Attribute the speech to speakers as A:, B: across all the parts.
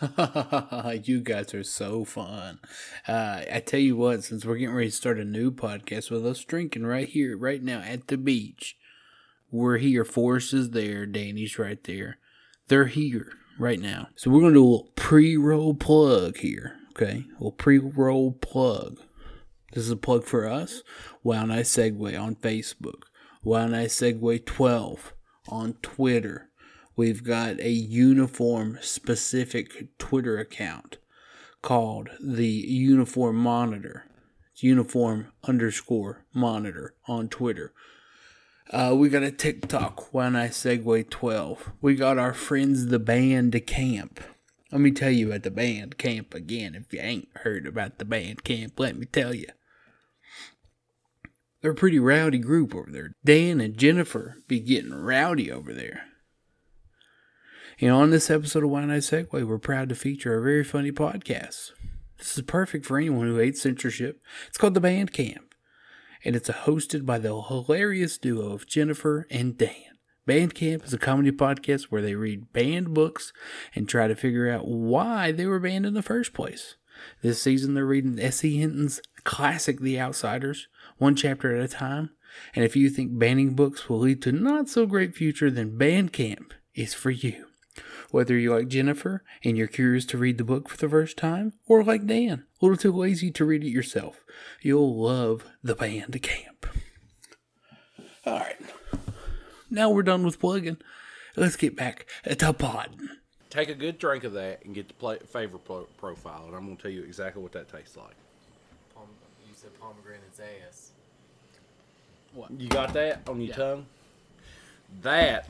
A: you guys are so fun. Uh, I tell you what, since we're getting ready to start a new podcast with us drinking right here, right now at the beach, we're here. Forrest is there. Danny's right there. They're here right now. So we're going to do a little pre roll plug here. Okay. A little pre roll plug. This is a plug for us. Wow Nice Segway on Facebook. Wow Nice Segway 12 on Twitter. We've got a uniform specific Twitter account called the Uniform Monitor. It's uniform underscore monitor on Twitter. Uh, we got a TikTok, Why Not Segway 12. We got our friends, the band camp. Let me tell you about the band camp again. If you ain't heard about the band camp, let me tell you. They're a pretty rowdy group over there. Dan and Jennifer be getting rowdy over there. You know, on this episode of Why Not Segway, we're proud to feature a very funny podcast. This is perfect for anyone who hates censorship. It's called The Band Camp and it's hosted by the hilarious duo of Jennifer and Dan. Bandcamp is a comedy podcast where they read banned books and try to figure out why they were banned in the first place. This season, they're reading S.E. Hinton's classic The Outsiders, one chapter at a time. And if you think banning books will lead to not so great future, then Bandcamp is for you. Whether you like Jennifer and you're curious to read the book for the first time, or like Dan, a little too lazy to read it yourself, you'll love the band camp. All right, now we're done with plugging. Let's get back to podding.
B: Take a good drink of that and get the pla flavor pro- profile, and I'm going to tell you exactly what that tastes like.
C: Pom- you said pomegranate's ass.
B: You got that on your
C: Yeah.
B: tongue? That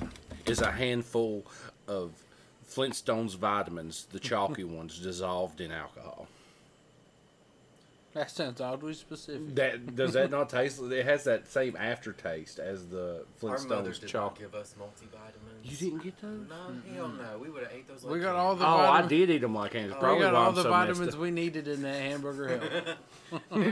B: is a handful of Flintstones vitamins, the chalky ones, dissolved in alcohol.
A: That sounds oddly specific.
B: That does that not taste? It has that same aftertaste as the
C: Our mother
B: Flintstones
C: did not
B: chalky.
C: give us multivitamins.
B: You didn't get those?
C: No, hell no. We would have ate those.
A: We
C: like
A: got
C: candy.
A: all the-
B: Oh, I did eat them like candy.
C: We
B: Probably
A: we got
B: why
A: all
B: I'm
A: the
B: so
A: vitamins
B: vitamins.
A: we needed in that hamburger help.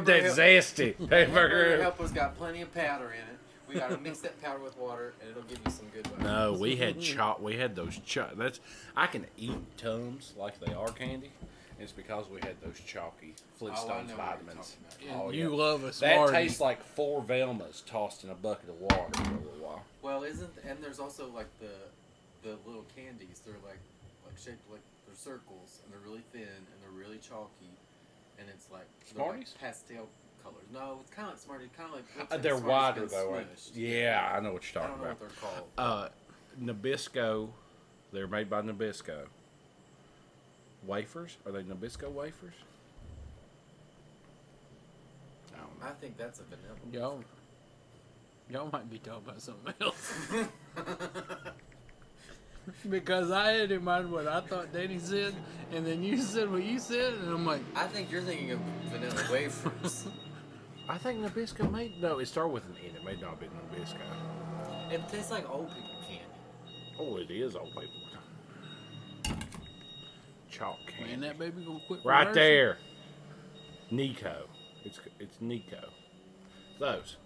B: That zesty
C: Our
B: hamburger.
C: help has got plenty of powder in it. We gotta mix that powder with water, and it'll give you some good vitamins.
B: No, we had chop. We had those chop. That's I can eat tums like they are candy. It's because we had those chalky
C: Oh, I
B: Flintstones
C: know what you're
B: vitamins.
C: talking
B: Oh,
A: you
B: yeah.
A: love a
B: That
A: Smartie.
B: tastes like four Velmas tossed in a bucket of water for a little while.
C: Well, isn't and there's also like the the little candies. They're like like shaped like they're circles, and they're really thin, and they're really chalky, and it's like they're
B: Smarties?
C: like pastel colors. No, it's kind of like Smarties, kind of like looks
B: Uh,
C: like
B: they're
C: Smarties
B: wider
C: been
B: though. ain't-
C: smushed.
B: Yeah, I know what you're
C: I
B: talking
C: don't know
B: about.
C: what they're
B: Uh,
C: called.
B: Nabisco. They're made by Nabisco. Wafers? Are they Nabisco wafers? I don't know.
C: I think that's a vanilla.
A: Y'all, y'all might be talking about something else. because I had in mind what I thought Danny said, and then you said what you said, and I'm like,
C: I think you're thinking of vanilla wafers.
B: I think Nabisco made no. It started with an N. It may not have been Nabisco.
C: it tastes like old people candy.
B: Oh, it is old people. Chalk
A: man,
B: candy.
A: that baby gonna quit.
B: Right
A: rehearsing."
B: there. Nico. It's it's Nico. Those.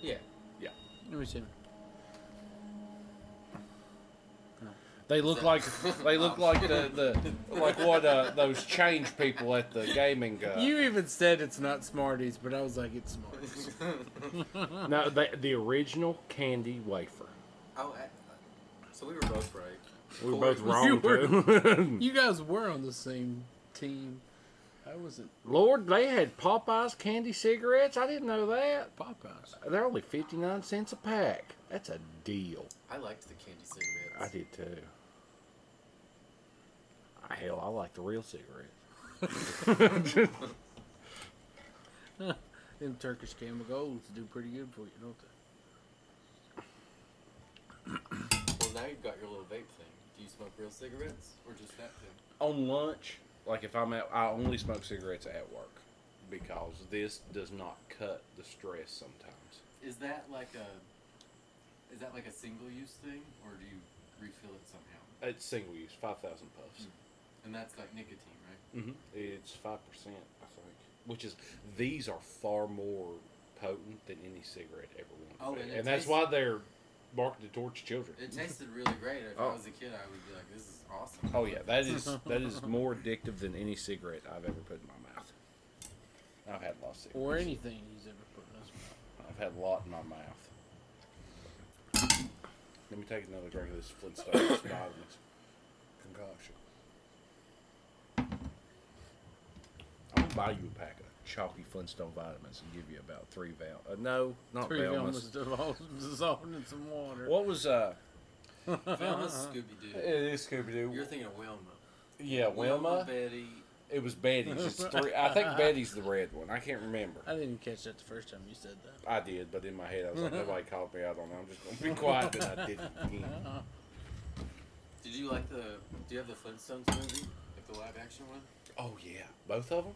C: Yeah.
B: Yeah.
A: Let me see.
B: They look like they look like the, the like what uh, those change people at the gaming. Uh,
A: You even said it's not Smarties, but I was like, it's Smarties.
B: no, the, the original candy wafer.
C: Oh, I, so we were both right.
B: We were both wrong
A: You were-
B: too.
A: you guys were on the same team. I wasn't
B: Lord, they had Popeyes candy cigarettes. I didn't know that.
A: Popeyes.
B: They're only fifty nine cents a pack. That's a deal.
C: I liked the candy cigarettes.
B: I did too. Ah, Hell, I like the real cigarettes.
A: Them Turkish Camel Golds do pretty good for you, don't they?
C: Well, now you've got your little vape thing. Do you smoke real cigarettes or just that thing?
B: On lunch, like if I'm at, I only smoke cigarettes at work because this does not cut the stress sometimes.
C: Is that like a is that like a single use thing or do you refill it somehow?
B: It's single use, five thousand puffs.
C: And that's like nicotine, right?
B: Mm-hmm. It's five percent, I think. Which is these are far more potent than any cigarette ever will.
C: Oh,
B: be.
C: and
B: and,
C: it
B: that's
C: tastes-
B: why they're marketed towards children.
C: It tasted really great. If
B: Oh.
C: I was a kid, I would be like, "This is awesome."
B: Oh yeah, that is that is more addictive than any cigarette I've ever put in my mouth. I've had lots of cigarettes.
D: Or anything he's ever put in his mouth.
B: I've had a lot in my mouth. Let me take another drink of this Flintstones vitamins concoction. I'm gonna buy you a pack of chalky Flintstone vitamins and give you about three val. Uh, no, not
D: Three of them was
B: Valmas.
D: dissolved dissolved in some water.
B: What was uh?
C: Velma's Scooby Doo.
B: is Scooby
C: You're
B: Doo.
C: thinking of Wilma.
B: Yeah, Wilma.
C: Betty.
B: It was Betty's. It's three. I think Betty's the red one. I can't remember.
D: I didn't catch that the first time you said that.
B: I did, but in my head I was like, nobody called me out on that. I'm just gonna be quiet, and I didn't. Again.
C: Did you like the? Do you have the Flintstones movie? Like the live action one?
B: Oh yeah, both of them.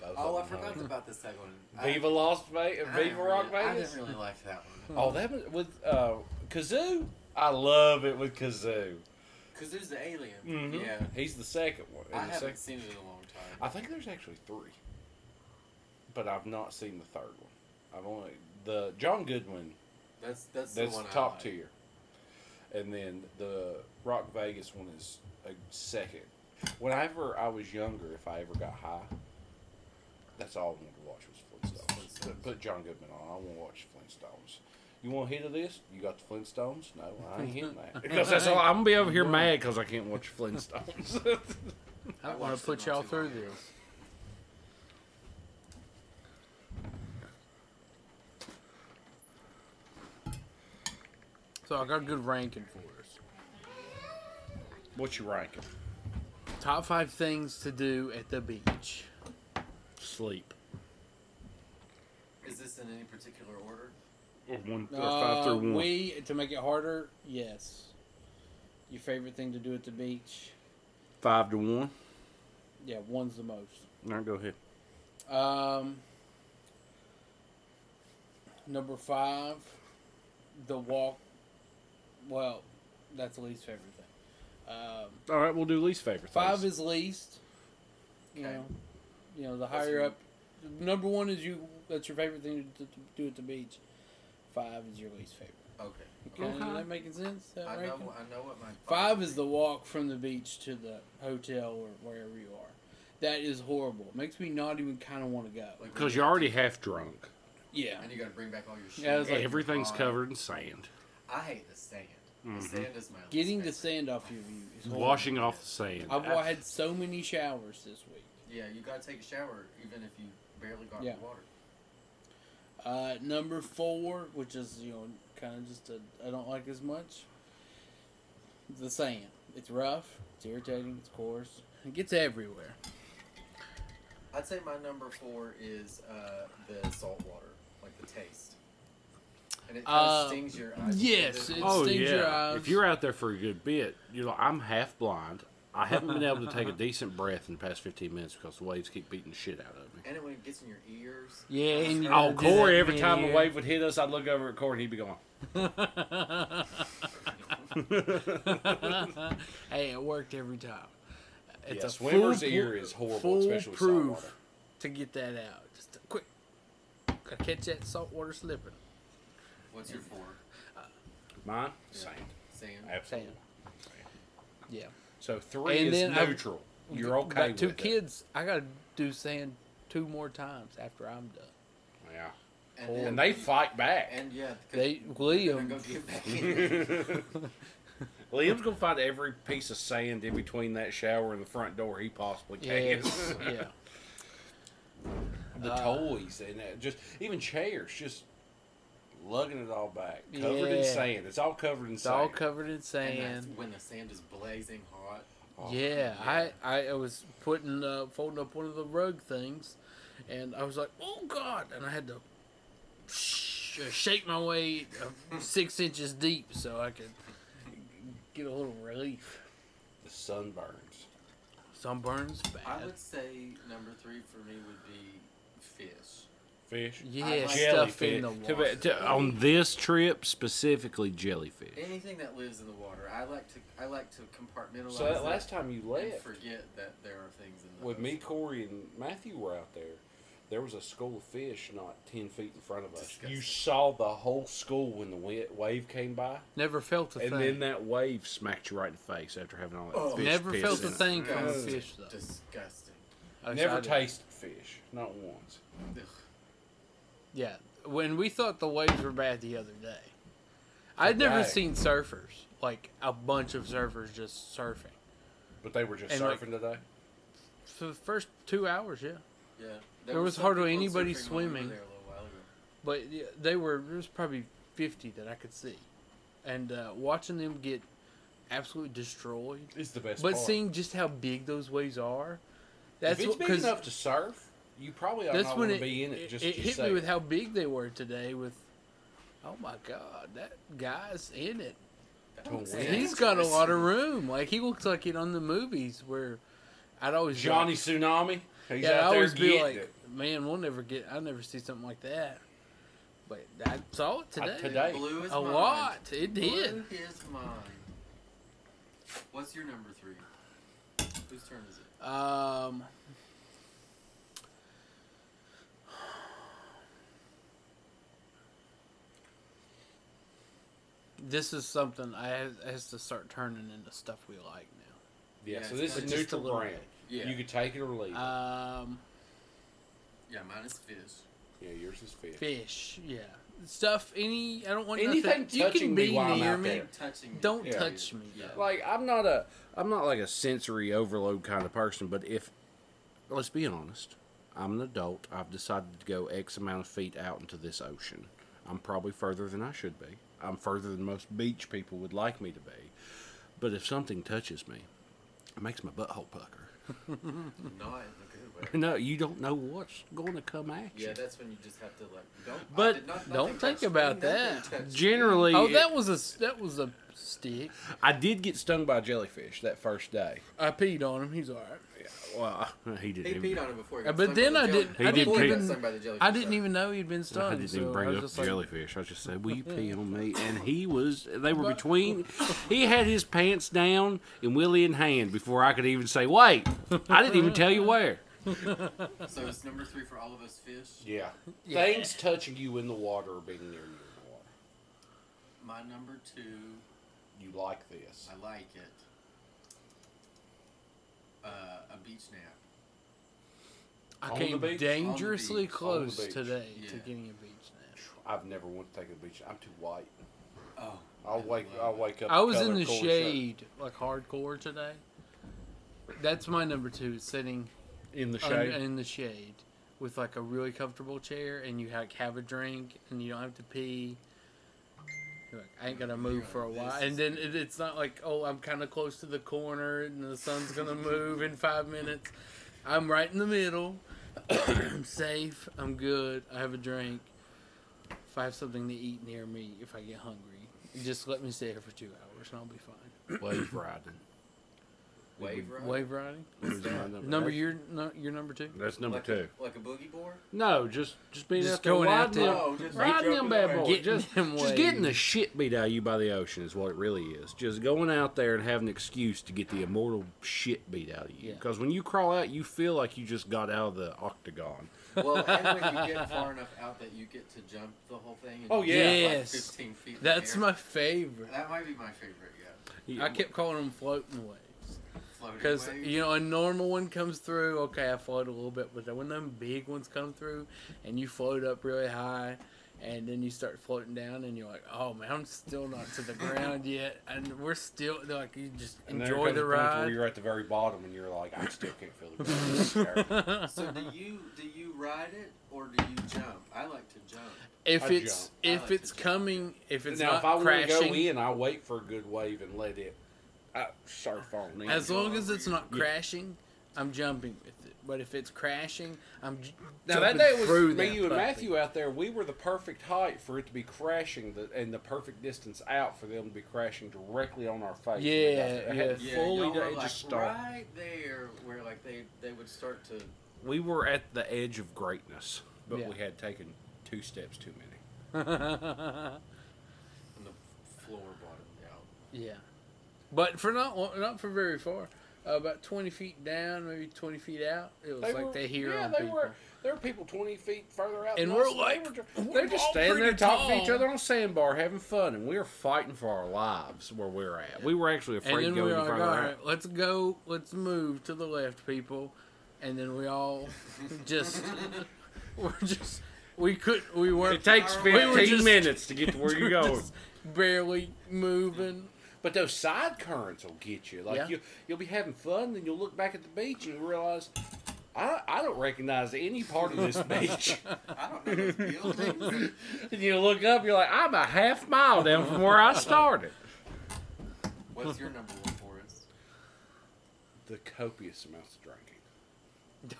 B: Both
C: Oh,
B: of
C: I
B: 'em,
C: forgot
B: huh?
C: about the second one. I-
B: Viva Las Vegas,
C: I didn't
B: Viva Rock
C: really, I
B: Vegas.
C: didn't really like that one.
B: Oh, that was with uh, Kazoo. I love it with Kazoo.
C: Cause there's the alien.
B: Mhm.
C: Yeah.
B: he's the second one.
C: I
B: And the
C: haven't
B: sec-
C: seen it in a long time.
B: I think there's actually three, but I've not seen the third one. I've only the John Goodwin.
C: That's that's,
B: That's
C: the one I
B: top
C: like.
B: tier, and then the Rock Vegas one is a second. Whenever I was younger, if I ever got high, that's all I wanted to watch was Flintstones. Put- Put John Goodman on. I want to watch Flintstones. You want a hit of this? You got the Flintstones? No, I ain't hitting that. Because that's all. I'm gonna be over here mad because I can't watch Flintstones.
D: I don't
C: I
D: want
C: watched
D: to
C: it
D: put
C: not
D: y'all
C: too
D: through
C: long ago.
D: this. So I got a good ranking for us.
B: What's your ranking?
D: Top five things to do at the beach.
B: Sleep.
C: Is this in any particular order?
B: Or one or five through one.
D: Uh, We to make it harder. Yes. Your favorite thing to do at the beach.
B: Five to one.
D: Yeah, one's the most.
B: Now go ahead.
D: Um, number five, the walk. Well, that's least favorite thing. Um,
B: All right, we'll do least favorite.
D: five
B: things.
D: is least. You
C: Okay.
D: know, you know the
C: That's
D: higher
C: your-
D: up. Number one is you. That's your favorite thing to, to, to do at the beach. Five is your least favorite.
C: Okay.
D: Okay, is that making sense? That
C: I know.
D: ranking?
C: I know what my
D: Five is the walk from the beach to the hotel or wherever you are. That is horrible. Makes me not even kind of want to go.
C: Like,
B: Because you're already half drunk.
D: Yeah.
C: And you got to bring back all your shit.
D: Yeah, it's like-
B: Everything's
C: Uh,
B: covered in sand.
C: I hate the sand.
B: Mhm.
C: The sand is my least
D: Getting the
C: favorite.
D: sand off your view is horrible.
B: Washing off the sand.
D: I've had so many showers this week.
C: Yeah, you gotta take a shower even if you barely got
D: Yeah.
C: the water.
D: Uh, number four, which is you know kind of just a, I don't like as much. The sand. It's rough. It's irritating. It's coarse. It gets everywhere.
C: I'd say my number four is uh, the salt water, like the taste, and it kind of
D: Uh,
C: stings your eyes.
D: yes,
C: The-
D: it-
B: oh
D: stings
B: yeah.
D: your eyes.
B: If you're out there for a good bit, you're like, I'm half blind. I haven't been able to take a decent breath in the past 15 minutes because the waves keep beating the shit out of me.
C: and it, when it gets in your ears.
D: Yeah. And you
B: Oh,
D: do
B: Corey!
D: that
B: Every time a
D: mid-air.
B: wave would hit us, I'd look over at Corey and he'd be going,
D: hey, it worked every time. It's
B: Yeah,
D: a
B: swimmer's
D: foolproof-
B: ear is horrible, especially with salt
D: foolproof
B: water.
D: to get that out. Just a quick, gotta catch that saltwater slipping.
C: What's your four?
B: "Mine, sand,
C: Sand.
B: absolutely."
D: Yeah.
B: So three
D: And
B: is
D: then I've-
B: neutral. You're
D: Got
B: okay
D: two
B: with it.
D: kids. I gotta do sand two more times after I'm done.
B: Yeah,
C: And, then-
B: and they fight back.
C: And yeah, 'cause
D: They
C: they're gonna
D: William.
C: go get back in.
B: Liam's gonna find every piece of sand in between that shower and the front door he possibly can.
D: Yes. Uh, yeah.
B: the toys and that, just even chairs, just lugging it all back, covered in
D: Yeah.
B: sand. It's all covered in
D: It's
B: sand.
D: all covered in
C: and that's
D: sand.
C: when the sand is blazing hot.
B: Oh,
D: Yeah, I, I was putting uh, folding up one of the rug things, and I was like, oh god, and I had to sh- uh, shake my way uh, six inches deep so I could get a little relief.
B: the sunburns.
D: Sunburns
C: I
D: bad.
C: would say number three for me would be fish.
B: Fish.
D: Yeah,
C: like
D: stuff in
B: jellyfish.
D: the
B: To-
D: water.
B: to- on this trip specifically, jellyfish.
C: Anything that lives in the water, I like to. I like to compartmentalize.
B: So that
C: it
B: last time you
C: and
B: left
C: forget that there are things in the
B: with me,
C: ocean.
B: Corey, and Matthew were out there. There was a school of fish not ten feet in front of us. You
C: Disgusting.
B: saw the whole school when the wi- wave came by,
D: Never felt a
B: and
D: thing.
B: then that wave smacked you right in the face after having all that
C: Oh.
B: fish
D: Never
B: piss
D: felt
B: in
D: a
B: it.
D: thing from a
C: Disgusting.
D: fish though.
C: Disgusting.
D: I was- I
B: Never
D: did.
B: tasted fish, not once.
C: Ugh.
D: Yeah, when we thought the waves were bad the other day, I'd never
B: Right.
D: seen surfers like a bunch of surfers just surfing
B: But they were just
D: And, like,
B: surfing today.
D: for the first two hours. Yeah,
C: Yeah.
D: There was
C: some
D: hardly
C: people surfing when we
D: anybody
C: were
D: swimming.
C: there a little while ago.
D: but yeah, they were there was probably fifty that I could see, and uh, watching them get absolutely destroyed.
B: It's the best.
D: But
B: part.
D: seeing just how big those waves are, that's
B: if it's
D: what,
B: big
D: 'cause
B: enough to surf, you probably ought
D: that's
B: not
D: when
B: want
D: it,
B: to be in it. Just
D: it
B: to
D: hit
B: say
D: me with
B: it.
D: how big they were today. With oh my god, that guy's in it.
C: That
B: To
C: looks
B: win.
D: He's got a
C: dangerous.
D: lot of room. Like he looks like it on the movies where I'd always be
B: Johnny
D: Like,
B: Tsunami. He's
D: yeah, I'd
B: out there
D: always be
B: getting
D: like,
B: it.
D: man, we'll never get. I never see something like that. But I saw it today.
B: today.
C: Blew his
D: a
C: mind.
D: lot. It did.
C: Blew his mind. What's your number three? Whose turn is it?
D: Um. This is something I has, has to start turning into stuff we like now.
B: Yeah,
C: Yeah,
B: so this
C: it's
B: is
C: not
D: just a
B: neutral
D: little
B: ground.
C: Yeah.
B: You could take it or leave. it.
D: Um,
C: yeah, mine is fish.
B: yeah, yours is fish.
D: fish, yeah, stuff. Any, I don't want
B: Anything
D: nothing. You
B: touching
D: can
B: me
D: be
B: while I'm
D: near
B: out
D: me.
B: there.
C: Touching me.
D: Don't
B: Yeah.
D: touch me. though.
B: Like I'm not a I'm not like a sensory overload kind of person, but if let's be honest, I'm an adult. I've decided to go X amount of feet out into this ocean. I'm probably further than I should be. I'm further than most beach people would like me to be. But if something touches me, it makes my butthole pucker.
C: Not in a good way.
B: No, you don't know what's going to come at you.
C: Yeah, that's when you just have to like. Don't. I
B: But
C: did not,
D: don't
C: nothing
D: think
C: touched me,
D: about
C: nothing
D: that.
C: touched me.
B: Generally,
D: Oh,
B: it-
D: that was a s- that was a stick.
B: I did get stung by a jellyfish that first day.
D: I peed on him. He's all right.
B: Well, he
C: He
B: didn't.
C: peed on it before. he
D: Uh,
C: got
D: but
C: stung by
D: then
C: the
D: I
C: jelly-
D: didn't-
B: He I did
C: before
B: pee.
C: got stung by the jellyfish.
D: I didn't
C: so-
D: even know he'd been stung.
B: I didn't
D: so
B: even bring
D: I was
B: up
D: just
B: the
D: like,
B: jellyfish. I just said, "Will you pee on me?" And he was—they were between. He had his pants down and Willie in hand before I could even say, "Wait!" I didn't even tell you where.
C: So it's number three for all of us fish.
B: Yeah.
D: Yeah.
B: Things touching you in the water or being near you in the water.
C: My number two,
B: You like this?
C: I like it. Uh, a beach nap.
D: I
B: On the beach,
D: came
B: on the
D: dangerously
B: beach, on the
D: close
B: beach.
D: today to
C: Yeah.
D: getting a beach nap.
B: I've never wanted to take a beach. I'm too white.
C: Oh,
B: I'll
C: I
B: wake.
C: love
B: I'll
C: it.
B: wake up.
D: I was
B: color
D: in the
B: cool as
D: shade, like hardcore today. That's my number two, is sitting
B: shit. In the
D: un-
B: shade.
D: in the shade with like a really comfortable chair, and you like have a drink, and you don't have to pee. You're like, I ain't gonna move for a
C: This
D: while, and
C: is
D: then it, it's not like, oh, I'm kind of close to the corner, and the sun's gonna move in five minutes. I'm right in the middle. I'm safe. I'm good. I have a drink. If I have something to eat near me, if I get hungry, just let me stay here for two hours, and I'll be fine.
B: Wave riding.
C: Wave ride.
D: Wave riding.
C: What's that?
D: Number your no, your number two.
B: That's number
C: like
B: two.
C: A, like a boogie board.
B: No, just just being
D: Just
B: out there
D: going out
B: riding
D: there.
B: them-
C: Oh, just
B: riding them
C: jumping
B: bad
C: around.
B: boys.
D: Getting
B: just,
D: them
B: just getting the
D: waves.
B: shit beat out of you by the ocean is what it really is. Just going out there and having an excuse to get the immortal shit beat out of you.
D: Yeah.
B: Because when you crawl out, you feel like you just got out of the octagon.
C: Well, and when you get far enough out that you get to jump the whole thing. And
B: Oh,
C: you
B: yeah.
C: get,
D: Yes.
C: Like Fifteen feet. in the
D: That's
C: air.
D: my favorite.
C: That might be my favorite. Yeah.
D: I kept calling them floating waves
C: Floating
D: because
C: wave.
D: you know a normal one comes through. Okay, I float a little bit, but then when them big ones come through, and you float up really high, and then you start floating down, and you're like, "Oh man, I'm still not to the ground yet," and we're still they're like, "You just
B: And there
D: enjoy
B: comes
D: the
B: a point to Where
D: ride."
B: you're at the very bottom and you're like, I still can't feel the ground. This is terrible.
C: So do you do you ride it or do you jump? I like to jump.
D: if
B: I
D: it's
B: jump.
C: I
D: if
C: like to
D: it's
C: jump.
D: coming, if it's
B: now,
D: not
B: if I want to go
D: crashing,
B: in, I wait for a good wave and let it uh, surf on in.
D: as long
C: over
D: as it's
C: you.
D: not
B: Yeah.
D: crashing, I'm jumping with it. But if it's crashing, I'm j-
B: Now that
D: jumping
B: day was
D: through
B: me,
D: that
B: you, and
D: puppy.
B: Matthew out there. We were the perfect height for it to be crashing, the, and the perfect distance out for them to be crashing directly on our face.
D: Yeah,
B: It had
D: yeah.
B: fully done-
C: y'all were,
B: it
C: like,
B: just started.
C: right there where like they they would start to.
B: We were at the edge of greatness, but
D: Yeah.
B: we had taken two steps too many.
C: On the floor bottom out.
D: Yeah, but for not lo- not for very far, uh, about twenty feet down, maybe twenty feet out, it was like
B: were-
D: they hear
B: yeah,
D: on
B: they
D: people.
B: were. There are people twenty feet further out.
D: And
B: than
D: we're
B: us,
D: like,
B: they were-
D: we're
B: they're just
D: all
B: standing there
D: pretty
B: talking to each
D: tall.
B: other on a sandbar, having fun, and we are fighting for our lives where we're at. We were actually
D: And
B: afraid to
D: then we
B: go any
D: were like,
B: further.
D: all
B: out.
D: right, let's go, let's move to the left, people. And then we all just, we're just, we couldn't, we weren't
B: It takes
C: We were
B: fifteen
D: just-
B: minutes to get to where you're
D: we're
B: going.
D: just barely moving.
B: But those side currents will get you. Like
D: Yeah.
B: you, you'll be having fun, then you'll look back at the beach and you realize, I, I don't recognize any part of this beach.
C: I don't know those buildings.
B: and you look up, you're like, I'm a half mile down from where I started.
C: What's your number one, Forrest?
B: The copious amounts of drinking.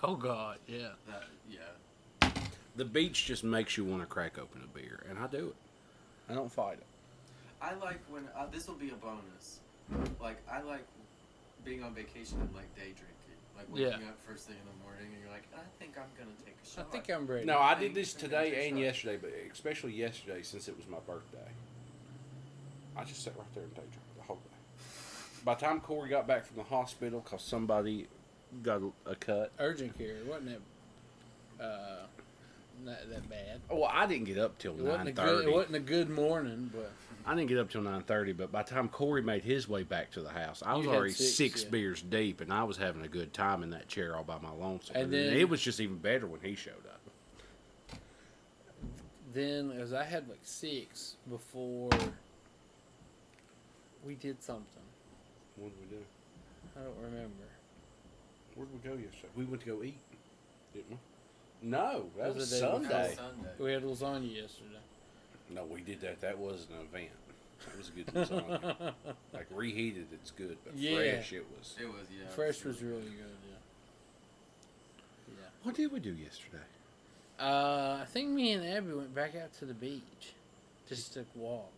D: Oh, God, yeah.
C: That yeah.
B: The beach just makes you want to crack open a beer, and I do it. I don't fight it.
C: I like when uh, this will be a bonus. Like I like being on vacation and like day drinking. Like waking
D: Yeah.
C: up first thing in the morning and you're like, I think I'm gonna take a
D: I
C: shot.
D: think I'm ready.
B: No, I did this today and yesterday, but especially yesterday since it was my birthday. I just sat right there and day drank the whole day. By the time Corey got back from the hospital, cause somebody got a- a cut.
D: urgent care. It wasn't that, uh, not that bad.
B: Well, I didn't get up till
D: It wasn't, a
B: nine
D: good, it
B: thirty.
D: wasn't a good morning, but
B: I didn't get up till nine thirty, but by the time Corey made his way back to the house, I was
D: You had
B: already
D: six,
B: six,
D: yeah.
B: beers deep, and I was having a good time in that chair all by my lonesome.
D: And
B: And, then,
D: then-
B: it was just even better when he showed up.
D: then as I had like six before we did something.
B: What did we do?
D: I don't remember.
B: Where did we go yesterday? We went to go eat, didn't we? No, that
D: That
B: was,
D: was the day before.
B: Sunday.
C: Sunday.
D: We had lasagna yesterday.
B: No, we did that. That was an event. That was a good lasagna. like reheated, it's good, but
D: Yeah.
B: fresh, it was.
C: It was yeah.
D: Fresh was really good. Yeah.
B: What did we do yesterday?
D: Yeah. Uh, I think me and Abby went back out to the beach, just to walk.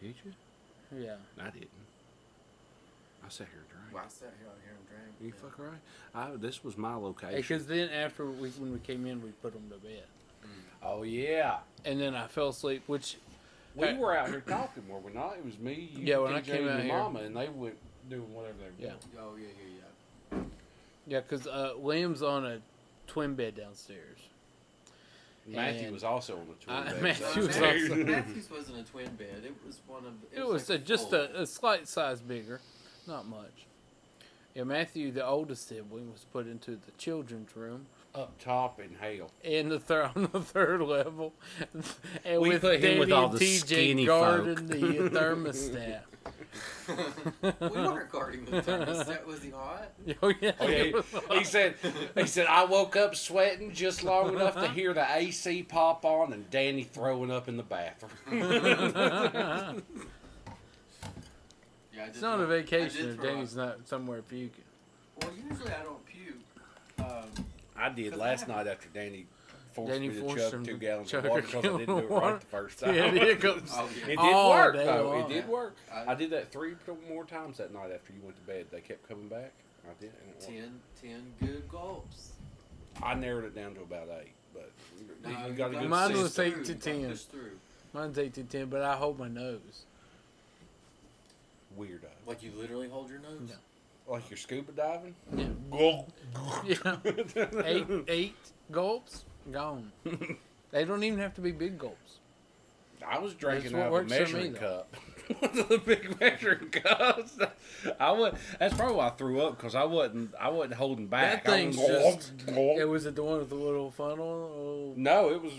B: Did you?
D: Yeah.
B: I didn't. I sat here and drank.
C: Well, I sat here out here and drank.
B: You
C: yeah.
B: fucking right. I, this was my location.
D: Because then after we when we came in, we put them to bed,
B: oh yeah,
D: and then I fell asleep, which
B: we
D: Hey.
B: were out here talking, were we not? It was me, you,
D: Yeah, when I
B: TJ,
D: came
B: and your
D: out here.
B: Mama, and they went doing whatever they were
D: Yeah.
C: Oh yeah yeah yeah.
D: Yeah, because uh, Liam's on a twin bed downstairs.
B: doing. Matthew
D: And-
B: was also on the tour.
D: Uh,
B: that
D: Matthew was
B: day.
D: also-
C: Matthew's wasn't a twin bed. It was one of.
D: It was
C: like
D: uh, just
C: full.
D: a, a slight size bigger, not much. Yeah, Matthew, the oldest sibling, was put into the children's room
B: up top in hell.
D: in the third on the third level, and
B: We
D: with
B: put
D: Daddy
B: him with all
D: and
B: the
D: TJ
B: skinny
D: guarding
B: folk.
D: the thermostat.
C: we weren't guarding the thermostat. Was he hot?
D: oh yeah,
B: Oh, yeah, he, he said, he said, I woke up sweating just long enough to hear the AC pop on and Danny throwing up in the bathroom.
C: Yeah, I did
D: it's not a
C: throw- I
D: vacation
C: did
D: if
C: throw up.
D: Danny's not somewhere puking.
C: Well, usually I don't puke. Um,
B: I did last night after Danny forced
D: Danny
B: me
D: forced
B: to chug
D: him
B: two
D: to
B: gallons
D: chug
B: of
D: a
B: water because I didn't do it
D: gallon
B: right
D: of
B: the first
D: water.
B: time.
D: He had hiccups.
C: oh
B: It
C: yeah.
B: did
D: All
B: work
D: day
B: though.
D: long.
B: It did work.
C: I-
B: I did that three more times that night after you went to bed. They kept coming back. I did. And it worked.
C: 10, 10 good gulps.
B: I narrowed it down to about eight, but
C: No,
B: you got a
C: you gotta
B: good
D: Mine
B: system.
D: was
C: push
D: eight
C: through,
D: to
C: you gotta
D: 10.
C: Push through.
D: Mine's eight to ten, but I hold my nose.
B: weirdo.
C: Like you literally hold your nose.
D: No.
B: Like you're scuba diving.
D: Yeah. Yeah. eight eight gulps gone. they don't even have to be big gulps.
B: I was drinking
D: what
B: out of a
D: works for me,
B: measuring
D: though.
B: cup. the big measuring cups. I was. That's probably why I threw up because I wasn't. I wasn't holding back.
D: That
B: I was-
D: thing's It was at the one with the little funnel. Oh,
B: No, it was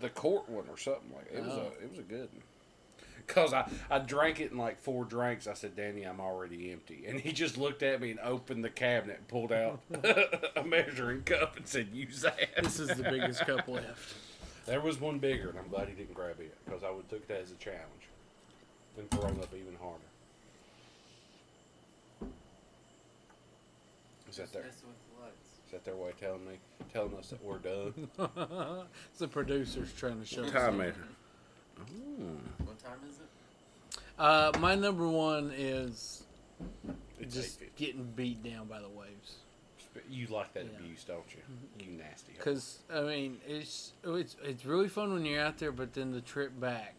B: the court one or something like. It was
D: Oh.
B: a. It was a good. one. Cause I, I drank it in like four drinks. I said, Danny, I'm already empty, and he just looked at me and opened the cabinet, and pulled out a measuring cup, and said, "Use that."
D: this is the biggest cup left.
B: There was one bigger, and I'm glad he didn't grab it because I would took that as a challenge and thrown up even harder. Is that
C: Just
B: their
C: messing with the lights.
B: is that their way of telling me telling us that we're done?
D: it's the producers trying to show us.
B: measure.
C: What time is it?
D: Uh, my number one is
B: It's
D: just
B: just
D: getting beat down by the waves.
B: you like that
D: Yeah. Mm-hmm.
B: abuse, don't you? You nasty. hoe.
D: Cause I mean, it's it's it's really fun when you're out there, but then the trip back.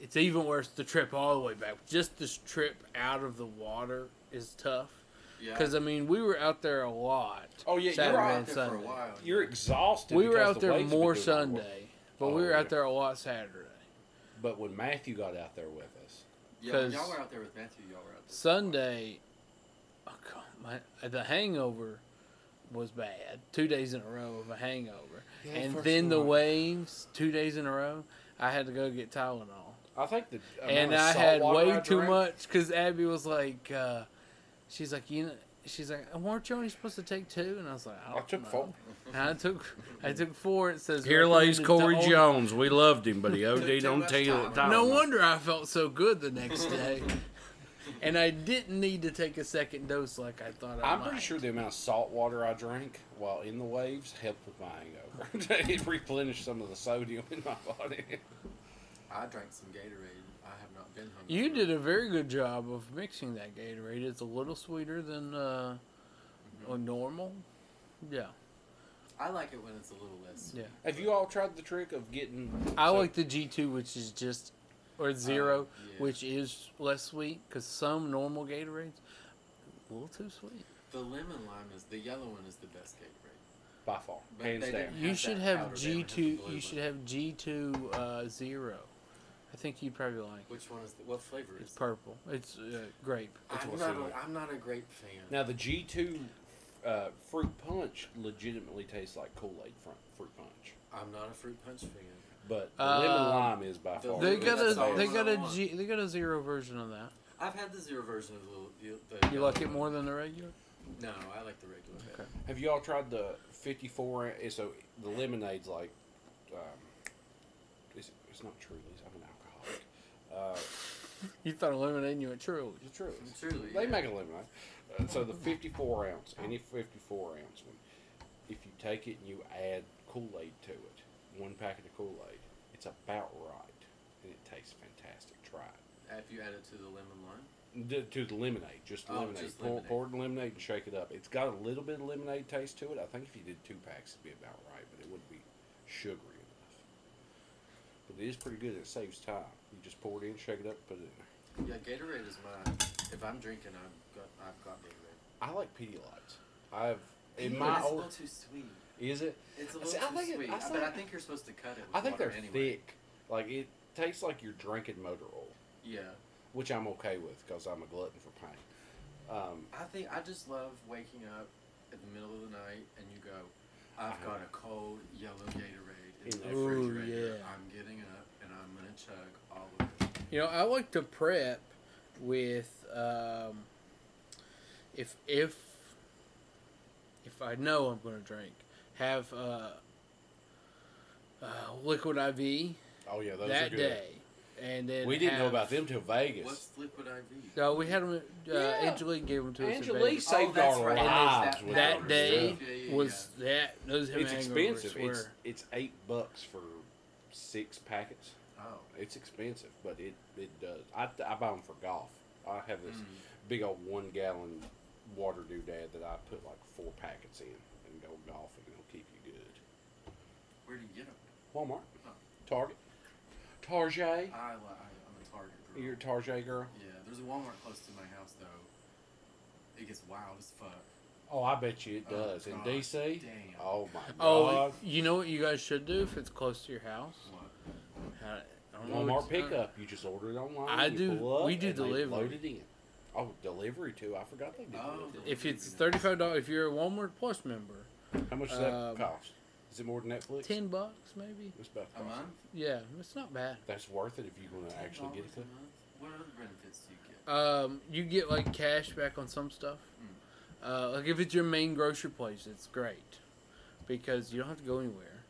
D: It's even worse the trip all the way back. Just this trip out of the water is tough
C: Yeah.
D: Because I mean, we were out there a lot.
B: Oh, yeah, you were
D: Saturday
B: out
D: and
C: there for a
D: Sunday.
C: while.
B: You're exhausted.
D: We were
B: because
D: out
B: the
D: there
B: weight's been
D: more
B: doing a lot of work.
D: Sunday, but
B: Oh,
D: we were
B: yeah.
D: out there a lot Saturday.
B: But when Matthew got out there with us,
C: yeah, when
D: 'cause
C: y'all were out there with Matthew. Y'all were out there.
D: Sunday, oh god, my the hangover was bad. Two days in a row of a hangover,
B: Yeah,
D: and
B: first
D: then the
B: one.
D: waves. Two days in a row, I had to go get Tylenol,
B: I think the amount
D: and
B: of
D: I
B: salt
D: had
B: water
D: way
B: I
D: too
B: drank-
D: much because Abby was like, uh, she's like, you know, she's like, weren't you only supposed to take two? And I was like, I,
B: I
D: don't
B: took
D: know.
B: four.
D: And I took, I took four. It says
E: Here lays
D: recommended to
E: Corey
D: only-
E: Jones. We loved him, but he
C: Took
E: OD'd
C: too
E: on
C: much
E: Tylen-
C: Tylenol.
E: Tylenol.
D: No wonder I felt so good the next day. and I didn't need to take a second dose like I thought I
B: I'm pretty
D: might.
B: sure the amount of salt water I drank while in the waves helped with my hangover. it replenished some of the sodium in my body.
C: I drank some Gatorade. I have not been hungry.
D: You did a very good job of mixing that Gatorade. It's a little sweeter than uh, a normal. Yeah,
C: I like it when it's a little less.
D: yeah.
B: Have you all tried the trick of getting?
D: I
B: so-
D: like the G2, which is just, or zero,
C: yeah.
D: which is less sweet, because some normal Gatorades, a little too sweet.
C: The lemon lime is the yellow one is the best Gatorade.
B: by far,
C: But
B: hands
C: they
B: down.
C: didn't-
D: You
C: Have
D: should
C: that
D: have
C: powder Gatorade,
D: G2,
C: the blue
D: you
C: one.
D: should have G2 uh, zero. I think you'd probably like it.
C: Which one is the, what flavor
D: It's
C: is?
D: purple. It's uh, grape.
C: I'm
B: what's
C: not.
B: the other
C: A, I'm not a grape fan.
B: Now the G two uh, fruit punch legitimately tastes like Kool Aid fruit fruit punch,
C: I'm not a fruit punch fan.
B: but the
D: Uh,
B: lemon lime is by
C: the-
B: far.
D: They
B: the
D: got
B: best
D: a
C: all
D: they
B: flavor.
C: I
D: got a
C: want.
D: G they got a zero version of that.
C: I've had the zero version of the. the, the
D: You
C: yellow
D: like it
C: one.
D: more than the regular?
C: No, I like the regular. better.
D: Okay.
B: Have you all tried the fifty four? So the lemonade's like, um, it's, it's not Truly's. I'm an alcoholic. Uh,
D: You thought of lemonade and you went Truly.
B: it's Truly's.
C: Truly.
B: They
C: yeah.
B: make a lemonade. Uh, so the 54 ounce, any 54 ounce one, if you take it and you add Kool Aid to it, one packet of Kool Aid, it's about right, and it tastes fantastic. Try it.
C: If you add it to the lemon lime,
B: D- to the lemonade, just the
C: Oh,
B: lemonade.
C: just
B: pour,
C: lemonade.
B: pour the lemonade and shake it up. It's got a little bit of lemonade taste to it. I think if you did two packs, it'd be about right, but it wouldn't be sugary enough. But it is pretty good. It saves time. You just pour it in, shake it up, put it in. there.
C: yeah, Gatorade is my. If I'm drinking, I've got. I've got Gatorade.
B: I like Pedialytes. I've in
C: Ooh,
B: my
C: it's a little
B: old
C: too sweet.
B: is it?
C: It's a
B: See,
C: little
B: I
C: too
B: think it-
C: sweet.
B: I
C: but I
B: think-
C: think you're supposed to cut it. With
B: I think
C: water
B: they're
C: anyway.
B: thick. Like it tastes like you're drinking motor oil,
C: Yeah,
B: which I'm okay with because I'm a glutton for pain. Um,
C: I think I just love waking up in the middle of the night and you go, I've got a cold yellow Gatorade in the
B: Uh-huh. Ooh,
C: refrigerator.
D: yeah.
C: I'm getting up and I'm gonna chug all of it.
D: You know, I like to prep with um, if if if I know I'm going to drink, have uh, uh, liquid IV
B: oh yeah, those are
D: that
B: good.
D: day, and then
B: We didn't know
D: have-
B: about them till Vegas.
C: What's liquid IV?
D: No, we had them. Uh,
B: Yeah.
D: Angelique gave them to us. at
B: Angelique
D: Vegas.
B: saved
C: Oh, that's
B: our
C: right.
B: lives
C: And
B: with
C: there's
D: that
B: that
D: day
B: stuff.
C: Yeah, yeah, yeah.
D: Was that those
B: It's
D: hangovers
B: expensive.
D: Were,
B: It's it's eight bucks for six packets.
C: Oh,
B: It's expensive, but it it does. I I buy them for golf. I have this
C: Mm.
B: big old one gallon water doodad that I put like four packets in and go golfing. It'll keep you good.
C: where do you get them?
B: Walmart.
C: Oh.
B: Target. Target.
C: I, li- I I'm a Target girl.
B: You're a Target girl.
C: yeah, there's a Walmart close to my house though. It gets wild as fuck.
B: Oh, I bet you it
C: Oh,
B: does. In
C: God
B: DC?
C: damn.
B: Oh, my
D: oh,
B: God.
D: you know what you guys should do if it's close to your house. uh,
C: What?
D: I I don't know
B: Uh, Walmart
D: what you-
B: pickup. You just order it online.
D: I
B: you
D: do-
B: pull up,
D: we do
B: and they
D: delivery.
B: Load it in. Oh, delivery too. I forgot they did.
C: Oh.
B: delivery.
D: If it's thirty-five dollars, if you're a Walmart Plus member,
B: How much does that
D: Um,
B: cost? Is it more than Netflix?
D: ten bucks maybe.
B: It's about
C: A
B: five.
C: month?
D: Yeah, it's not bad.
B: That's worth it if you're going to actually get
C: $10 a
B: it.
C: month? What other benefits do you get?
D: Um, you get like cash back on some stuff.
B: Mm.
D: Uh, like if it's your main grocery place, it's great because you don't have to go anywhere.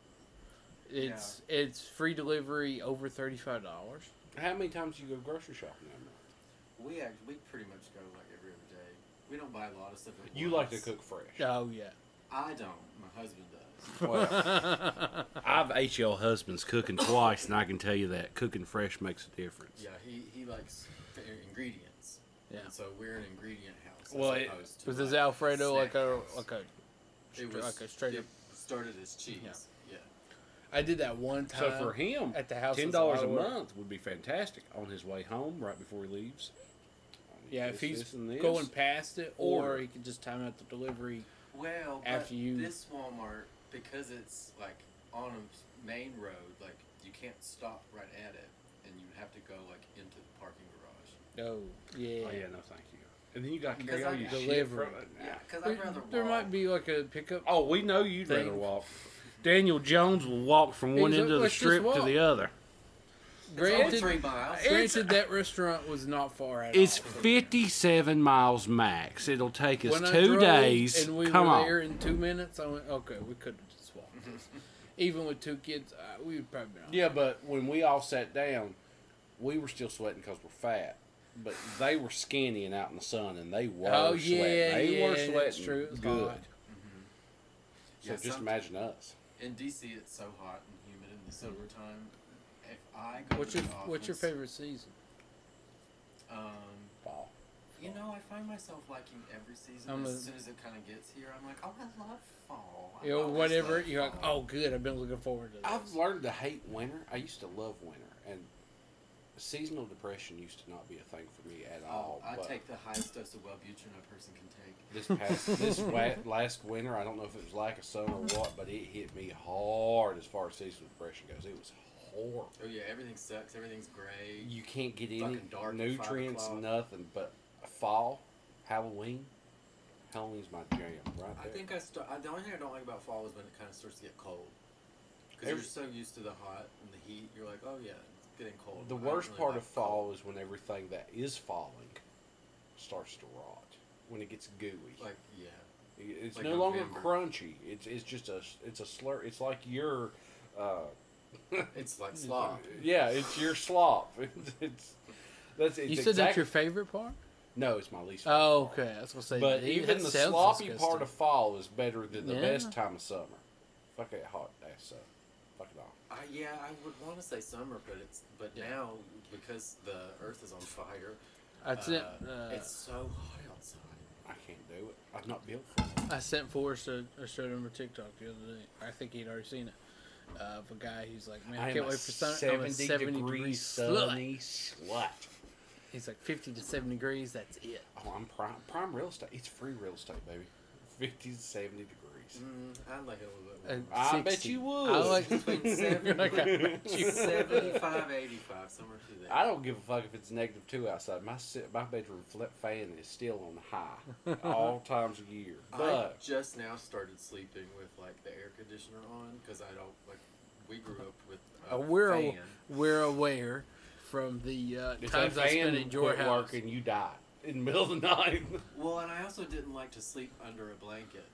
D: It's it's free delivery over thirty-five dollars.
B: How many times do you go grocery shopping that month?
C: We act, we pretty much go like every other day. We don't buy a lot of stuff. At
B: You like
C: once.
B: to cook fresh.
D: Oh yeah.
C: I don't. My husband does.
B: Well, I've ate y'all husbands cooking twice, and I can tell you that cooking fresh makes a difference.
C: Yeah, he, he likes fa- ingredients.
D: Yeah.
C: And so we're an ingredient house.
B: Well,
C: as
B: it-
C: opposed to
D: Was this
C: like
D: Alfredo
C: snack
D: like a
C: house.
D: like a
C: it was
D: like a straight
C: it
D: up-
C: started as cheese. Yeah.
D: I did that one time.
B: So for him,
D: at the house
B: ten
D: is
B: dollars a
D: a lot of work.
B: month would be fantastic on his way home right before he leaves.
D: Yeah, if
B: This,
D: he's
B: this, and this.
D: going past it, or
B: Order.
D: he can just time out the delivery.
C: Well, but
D: After you-
C: this Walmart, because it's like on a s- main road, like you can't stop right at it, and you have to go like into the parking garage.
D: Oh, yeah.
B: Oh yeah, no, thank you. And then you got to
C: Because
B: carry all
C: I-
B: your
D: Delivery.
B: shit from it.
C: Yeah, because
D: There,
C: I'd rather
D: there
C: walk.
D: might be like a pickup.
B: Oh, we know you'd
D: Thing.
B: rather walk. Daniel Jones will walk from one
D: He's
B: end
D: like,
B: of the
D: "Let's just
B: strip to
D: walk."
B: the other.
C: It's only
D: Granted,
C: three miles.
D: granted that restaurant was not far at
B: It's
D: all.
B: 57 miles max. It'll take us
D: I
B: two
D: drove
B: days.
D: And we
B: Come
D: were
B: on.
D: there in two minutes. I went, okay, we could have just walked this. Even with two kids, uh, we would probably not.
B: Yeah, but when we all sat down, we were still sweating because we're fat. But they were skinny and out in the sun, and they were
D: Oh,
B: sweating.
D: yeah,
B: They were
D: yeah,
B: sweating
D: that's true. It was
B: good.
D: hot.
B: So
C: Yeah,
B: just
C: some-
B: imagine us.
C: In DC, it's so hot and humid in the summertime. If I go
D: Mm-hmm. What's
C: to
D: your
C: the
D: What's your
C: office,
D: favorite season?
C: Um,
B: Fall.
C: you know, I find myself liking every season.
D: I'm
C: as
D: a-
C: soon as it kind of gets here, I'm like, oh, I love fall. I
D: You know,
C: always
D: whatever.
C: love
D: You're like,
C: fall."
D: oh, good. I've been looking forward to this.
B: I've learned to hate winter. I used to love winter, and seasonal depression used to not be a thing for me at all.
C: Oh, I
B: but
C: take the highest dose of Wellbutrin a person can take.
B: this past this wa- last winter, I don't know if it was lack of sun or what, but it hit me hard as far as seasonal depression goes. It was horrible.
C: Oh yeah, everything sucks. Everything's gray.
B: You can't get any
C: Fucking dark at five
B: nutrients,
C: o'clock.
B: nothing. But fall, Halloween, Halloween's my jam, right
C: I
B: there.
C: think I start. The only thing I don't like about fall is when it kind of starts to get cold. Because
B: Every-
C: you're so used to the hot and the heat, you're like, oh yeah, it's getting cold.
B: the
C: I don't
B: worst
C: really
B: part
C: like
B: of fall is when everything that is falling starts to rot. When it gets gooey.
C: cold. Like yeah,
B: It's
C: Like
B: no longer
C: November.
B: crunchy. It's it's just a it's a slur. It's like your, uh,
C: it's like slop.
B: yeah, it's your slop. It's, it's that's it's
D: you said that's
B: exact-
D: your favorite part.
B: no, it's my least. favorite.
D: Oh, okay. That's what I say.
B: but
D: that-
B: even
D: that
B: the
D: sounds
B: sloppy
D: disgusting.
B: part of fall is better than the
D: Yeah.
B: best time of summer. Fuck that hot ass summer. Fuck it off.
C: I, yeah, I would want to say summer, but it's but now because the Earth is on fire,
D: I sent
C: uh,
D: uh,
C: it's so hot outside.
B: I can't do it. I'm not built for it.
D: I sent Forrest a, a showed him a TikTok the other day. I think he'd already seen it. Uh, of a guy who's like, man, I,
B: am
D: can't
B: a
D: wait for sun- I'm a 70 degree, slut.
B: sunny slut.
D: He's like 50 to 70 degrees. That's it.
B: Oh, I'm prime prime real estate. It's free real estate, baby. 50 to 70 degrees.
C: Mm, I'd like it a little
D: Uh,
C: bit
B: I
D: 60.
B: bet you would.
D: I like
C: Between seven-
D: Like, I bet you
C: more.
D: would.
C: 75, 85, somewhere through there.
B: I don't give a fuck if it's negative two outside. My si- my bedroom flip fan is still on high all times of year.
C: I
B: But
C: just now started sleeping with like the air conditioner on because I don't like. We grew up with a
D: Uh, we're a-
C: fan.
D: we're aware from the uh,
B: if that
D: times I
B: fan
D: spent in your
B: quit
D: house.
B: working, you die in the middle of the night.
C: Well, and I also didn't like to sleep under a blanket.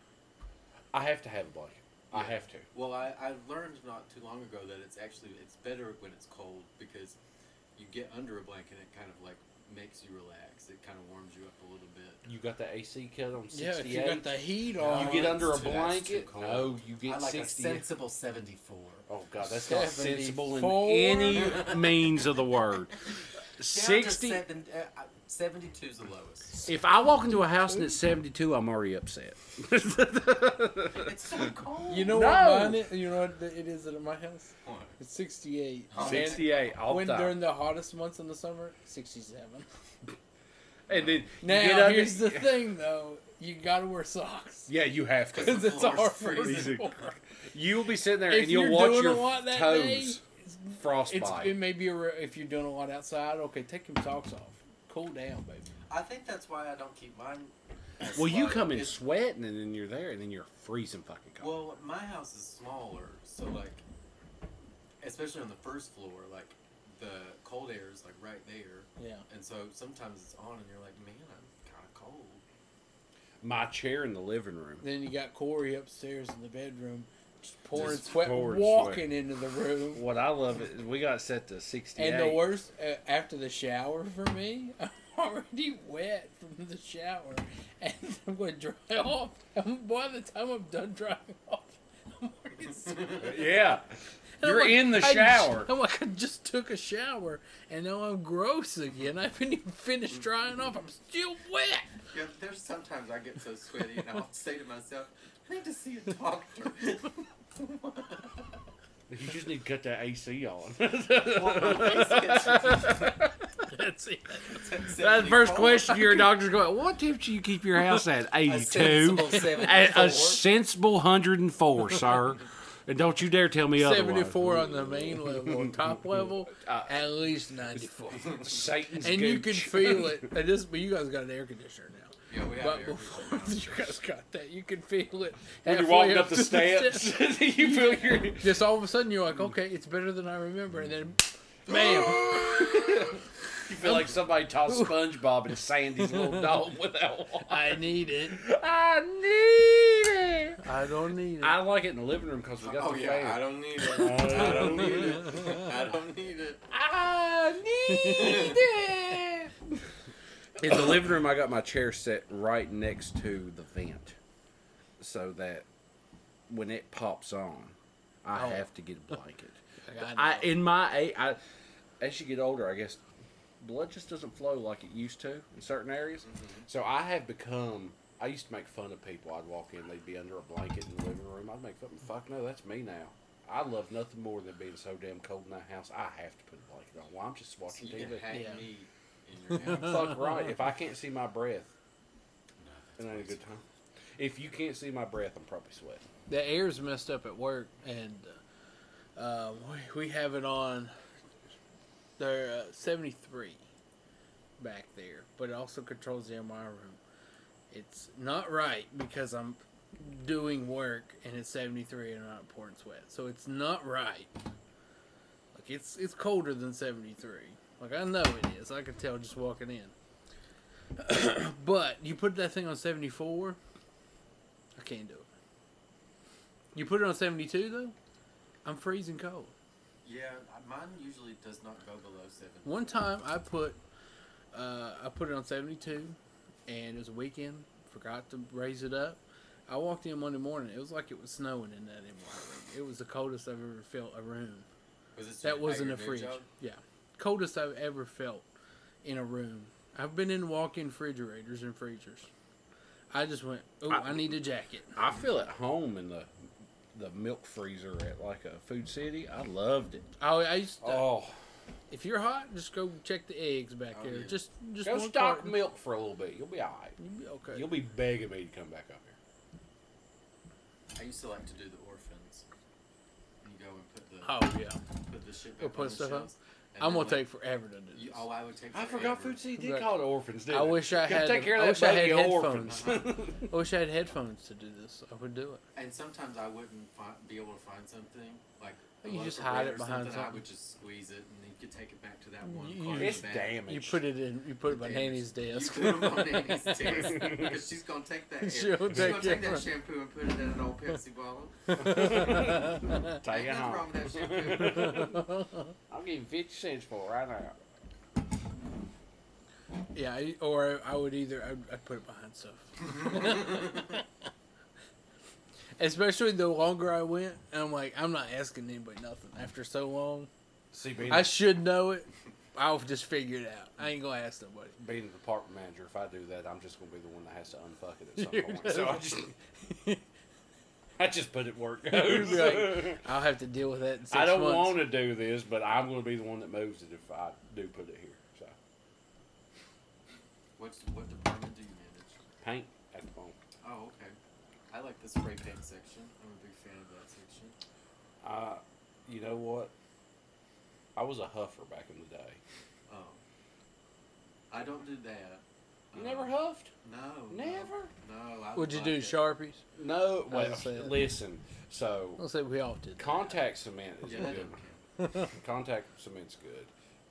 B: I have to have a blanket. I
C: Yeah.
B: have to.
C: Well, I, I learned not too long ago that it's actually it's better when it's cold because you get under a blanket and it kind of like makes you relax. It kind of warms you up a little bit.
B: You got the AC cut on
D: Yeah, if
B: sixty
D: you got the
B: eight.
D: heat
B: You
D: on,
B: get under a
C: That's too- that's too
B: blanket.
C: cold.
B: No, you
C: I
B: get
C: like
B: sixty
C: a
B: eight.
C: sensible seventy-four.
B: Oh god, that's not sensible in
D: 74.
B: any means of the word.
C: Down
B: Sixty.
C: to seven, uh, uh, 72 is the lowest.
B: If I walk into a house and it's seventy two, I'm already upset.
C: It's so cold.
D: you know
B: No.
D: what mine is? You know what th- it is at my house?
C: What?
D: It's 68.
C: Oh,
D: Man,
C: Sixty-
B: 68 all
D: When
B: time.
D: during the hottest months in the summer, 67.
B: and then you
D: Now
B: get under-
D: here's the thing though, you gotta wear socks
B: Yeah, you have to.
D: because it's
C: Floor's
D: hard
C: freezing.
D: freezing.
B: You'll be sitting there
D: If
B: and you'll
D: you're
B: watch
D: doing
B: your
D: a lot that
B: toes
D: It's,
B: frostbite.
D: it may be a, re- if you're doing a lot outside. Okay, take your socks off. Cool down, baby.
C: I think that's why I don't keep mine. as
B: well, you
C: low.
B: come in
C: It's-
B: sweating and then you're there and then you're freezing fucking cold.
C: Well, my house is smaller, so like, especially on the first floor, like the cold air is like right there,
D: Yeah.
C: and so sometimes it's on, and you're like, man, I'm kind of cold.
B: My chair in the living room.
D: Then you got Corey upstairs in the bedroom, just pouring
B: Just
D: sweat,
B: pouring
D: walking into the room.
B: What I love is we got set to 68.
D: And the worst, uh, after the shower for me, I'm already wet from the shower, and I'm going to dry off. And by the time I'm done drying off, I'm already sweating.
B: yeah. You're
D: I'm like,
B: in the
D: I ju-
B: shower.
D: I'm like, I just took a shower, and now I'm gross again. I haven't even finished drying off. I'm still wet.
C: Yeah, there's sometimes I get so sweaty, and I'll say to myself, I need to see a doctor.
B: You just need to cut that AC on.
C: Well, my face gets-
D: That's it. That's
C: That's
D: the first question your doctor's going, what temperature you keep your house at? 82.
E: sensible
D: At
E: seventy-four.
D: a
E: I,
D: s-
F: sensible 104, sir. And don't you dare tell me otherwise.
D: 74 on the main level, on top level,
B: Uh,
D: at least 94.
B: Satan's
D: And you can
B: gooch.
D: feel it. And this, but you guys got an air conditioner now.
C: Yeah, we have
D: But
C: air
D: before you guys got that, you can feel
B: when
D: it.
B: you're
D: halfway
B: walking up the
D: to
B: steps, you feel your
D: Just all of a sudden, you're like, okay, it's better than I remember. And then, bam.
B: you feel like somebody tossed SpongeBob and Sandy's little dog without.
D: I need it.
B: I need it.
D: I don't need it.
B: I like it in the living room because we got
C: Oh
B: the
C: yeah, I
B: fan.
C: don't need it. I don't need it. I don't need it.
B: I need it. In the living room, I got my chair set right next to the vent, so that when it pops on, I
D: Oh.
B: have to get a blanket.
D: I know.
B: I in my a- I as you get older, I guess blood just doesn't flow like it used to in certain areas. So I have become. I used to make fun of people. I'd walk in, they'd be under a blanket in the living room. I'd make fun. Fuck no, that's me now. I love nothing more than being so damn cold in that house. I have to put a blanket on. Why I'm just
C: So
B: watching
C: you
B: TV.
C: can hack
D: Yeah.
C: me in your house.
B: Fuck right. If I can't see my breath, then I ain't a good time. If you can't see my breath, I'm probably sweating.
D: the air's messed up at work, and uh, um, we, we have it on. They're uh, 73 back there, but it also controls the MRI room. It's not right because I'm doing work and it's 73 and I'm not pouring sweat, so it's not right. Like it's it's colder than 73. Like I know it is. I can tell just walking in. but you put that thing on 74, I can't do it. You put it on 72 though? I'm freezing cold.
C: Yeah, mine usually does not go below seven.
D: One time I put uh, I put it on 72 and it was a weekend, forgot to raise it up. I walked in Monday morning. It was like it was snowing in that MRI room. It was the coldest I've ever felt a room.
C: Was this your-
D: That
C: at
D: wasn't
C: your
D: a
C: new
D: fridge.
C: job?
D: Yeah. Coldest I've ever felt in a room. I've been in walk-in refrigerators and freezers. I just went, "Oh,
B: I-
D: I need a jacket."
B: I feel at home in the the milk freezer at like a food city. I loved it.
D: I, I used to,
B: Oh,
D: if you're hot, just go check the eggs back
C: Oh,
D: there.
C: yeah.
D: Just just
B: Go
D: one
B: stock
D: carton.
B: milk for a little bit. You'll be all right.
D: You'll be okay.
B: You'll be begging me to come back up here.
C: I used to like to do the orphans. You go and put the
D: oh yeah.
C: put the shit
D: Go
C: back
D: put
C: on the
D: stuff up.
C: shelves, and
D: I'm
C: then,
D: gonna
C: like,
D: take forever to do
C: You,
D: this.
C: oh, I would take.
B: I forgot
C: forever.
B: food CD
D: Right.
B: called orphans. Didn't
D: I
B: it?
D: wish I
B: Gotta
D: had-
B: Take care of
D: I
B: that
D: wish I had
B: buggy
D: headphones.
B: orphans.
D: I wish I had headphones to do this. I would do it.
C: Uh-huh. And sometimes I wouldn't find, be able to find something like. a
D: You
C: loaf
D: just
C: of
D: hide
C: bread
D: it
C: or
D: behind
C: I
D: something.
C: would just squeeze it, and then you could take it back to that one.
D: You-
C: card in
B: it's
C: the back.
B: damaged.
D: You put it in. You put it on Nanny's desk.
C: You put 'em on Nanny's desk because she's gonna take that. air-
D: She'll
C: she's gonna
D: take
C: take
D: it.
C: that shampoo and put it in an old Pepsi bottle.
B: Take it
C: Ain't nothing
B: home.
C: wrong with that shampoo.
B: I'll give you fifty cents for it right now.
D: yeah, I- or I would either I'd, I'd put it behind stuff. Especially the longer I went, I'm like I'm not asking anybody nothing after so long.
B: See, being,
D: I should know it. I'll just figure it out. I ain't gonna ask nobody.
B: being the department manager, if I do that, I'm just gonna be the one that has to unfuck it at
D: You're
B: some point. So I
D: just-
B: just, I just put it where it
D: You're
B: goes.
D: like, I'll have to deal with that in six
B: I don't
D: months.
B: want to do this, but I'm gonna be the one that moves it if I do put it here. So
C: What's, what department do you manage?
B: paint at the moment.
C: Oh, okay. I like the spray paint section. I'm a big fan of that section.
B: I, you know what? I was a huffer back in the day.
C: Oh. I don't do that.
B: You
C: Um,
B: never huffed?
C: No. no,
B: Never?
C: No. I
D: What'd you
C: like
D: do,
C: it.
D: Sharpies?
B: No. Well,
D: I'd say that.
B: listen. So
D: I'll say we all did. that.
B: contact cement is
C: Yeah,
B: a
C: that
B: good.
C: don't
B: one.
C: count.
B: Contact cement's good.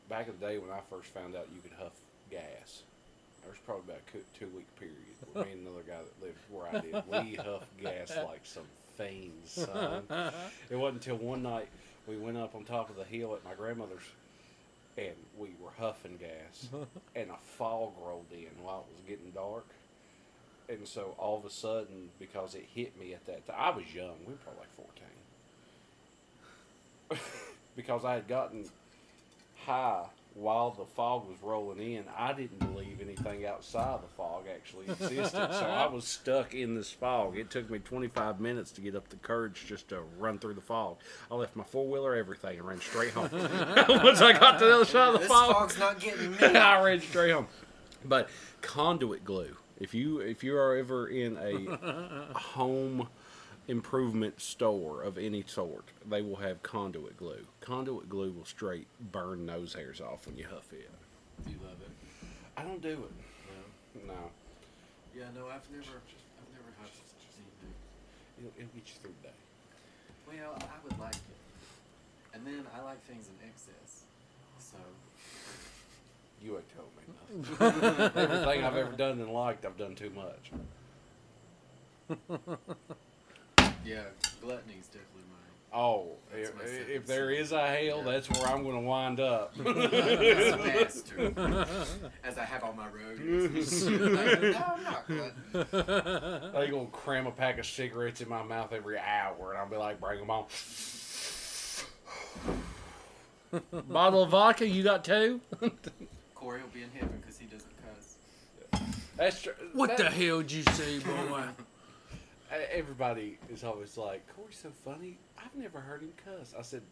B: Back in the day when I first found out you could huff gas, there was probably about a two week period where me and another guy that lived where I did, we huffed gas like some fiends, son. It wasn't until one night we went up on top of the hill at my grandmother's and we were huffing gas and a fog rolled in while it was getting dark. And so all of a sudden, because it hit me at that time, I was young, we were probably like 14. because I had gotten high while the fog was rolling in, I didn't believe anything outside the fog actually existed. so I was stuck in this fog. It took me 25 minutes to get up the courage just to run through the fog. I left my four wheeler, everything, and ran straight home. Once I got to the other side of the
C: This
B: fog,
C: fog's not getting me.
B: I ran straight home. But conduit glue. If you if you are ever in a home improvement store of any sort, they will have conduit glue. Conduit glue will straight burn nose hairs off when you huff it.
C: Do you love it?
B: I don't do it.
C: No.
B: No,
C: Yeah, no, I've never, I've never had anything.
B: it'll, it'll get you through the day.
C: Well, I would like it. And then I like things in excess. So,
B: You ain't told me nothing. Everything I've ever done and liked, I've done too much.
C: yeah, gluttony's definitely mine.
B: Oh,
C: That's
B: if,
C: my
B: if
C: sentence.
B: there is a hell,
C: Yeah.
B: that's where I'm going to wind up.
C: As a master. As I have on my roadies. Like, no, I'm not glutton.
B: They gonna cram a pack of cigarettes in my mouth every hour, and I'll be like, "Bring them on."
D: Bottle of vodka, you got two?
C: Corey will be in heaven because he doesn't cuss.
B: That's true.
D: What the
B: that-
D: hell did you say, boy?
B: e- Everybody is always like, "Corey's so funny." I've never heard him cuss. I said,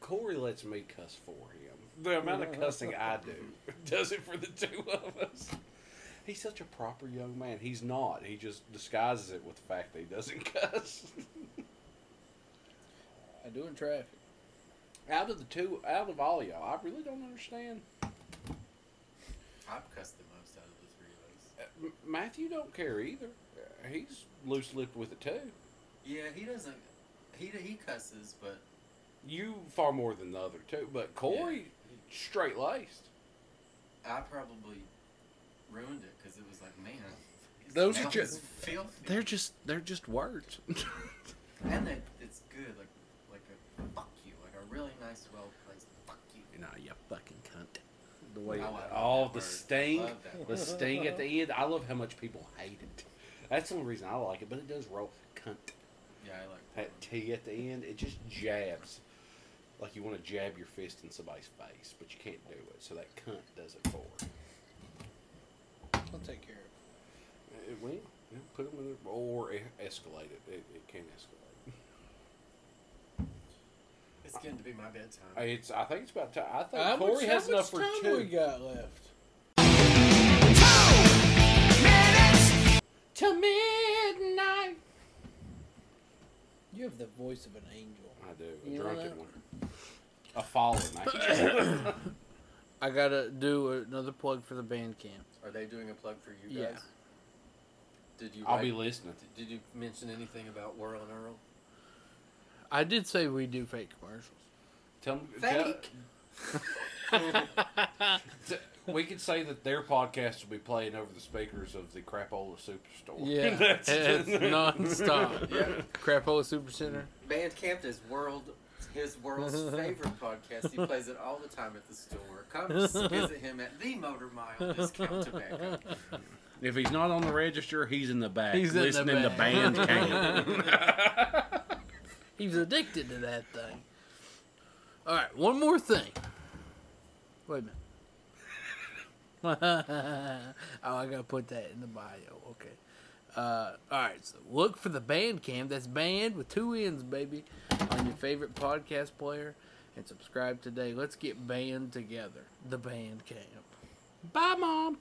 B: "Corey lets me cuss for him." The amount of cussing I do does it for the two of us. He's such a proper young man. He's not. He just disguises it with the fact that he doesn't cuss.
D: I do in traffic.
B: out of the two, out of all y'all, I really don't understand.
C: I've cussed the most out of the three of us.
B: Uh, M- Matthew don't care either. Uh, He's loose lipped with it too.
C: Yeah, he doesn't. He he cusses, but
B: You far more than the other two, but Corey straight laced.
C: I probably ruined it because it was like, man, his
B: Those are
C: mouth
B: just-
C: is filthy.
B: They're just they're just words.
C: and that it's good, like like a fuck you, like a really nice, well placed fuck you.
B: you know, you fucking cunt. The way
C: I like
B: all
C: that
B: the
C: word.
B: sting,
C: Love that
B: the sting at the end. I love how much people hate it. That's the only reason I like it, but it does roll cunt.
C: Yeah, I like
B: That
C: that.
B: T at the end, it just jabs. Like you want to jab your fist in somebody's face, but you can't do it. So that cunt does it for. it.
D: I'll take care of
B: It will. Yeah, put them in it or e- escalate it. It, it can escalate.
C: It's getting to be my bedtime.
B: Uh, It's. I think it's about time. I think
D: it.
B: Corey has enough for two.
D: got left?
B: To midnight.
D: You have the voice of an angel.
B: I do. A
D: You know
B: drunken
D: that?
B: one. A fallen angel.
D: I gotta do another plug for the band camp.
C: Are they doing a plug for you
D: Yeah.
C: guys? Did you?
B: I'll
C: write-
B: be listening.
C: did- Did you mention anything about Whirl and Earl?
D: I did say we do fake commercials.
B: Tell 'em-
C: Fake.
B: Tell, t- we could say that their podcast will be playing over the speakers of the Crapola Superstore.
D: Yeah,
B: That's-
D: it's nonstop.
C: Yeah.
D: Crapola Supercenter.
C: Bandcamp is world his world's favorite podcast. He plays it all the time at the store. Come visit him at the Motor Mile Discount Tobacco.
B: If he's not on the register, he's in the back
D: He's in the
B: listening
D: back.
B: to band camp.
D: He's addicted to that thing. All right, one more thing. Wait a minute. oh, I gotta put that in the bio. Okay. Uh, all right, so look for the band cam. That's band with two ends, baby, on your favorite podcast player, and subscribe today. Let's get band together. The band camp.
F: Bye, mom.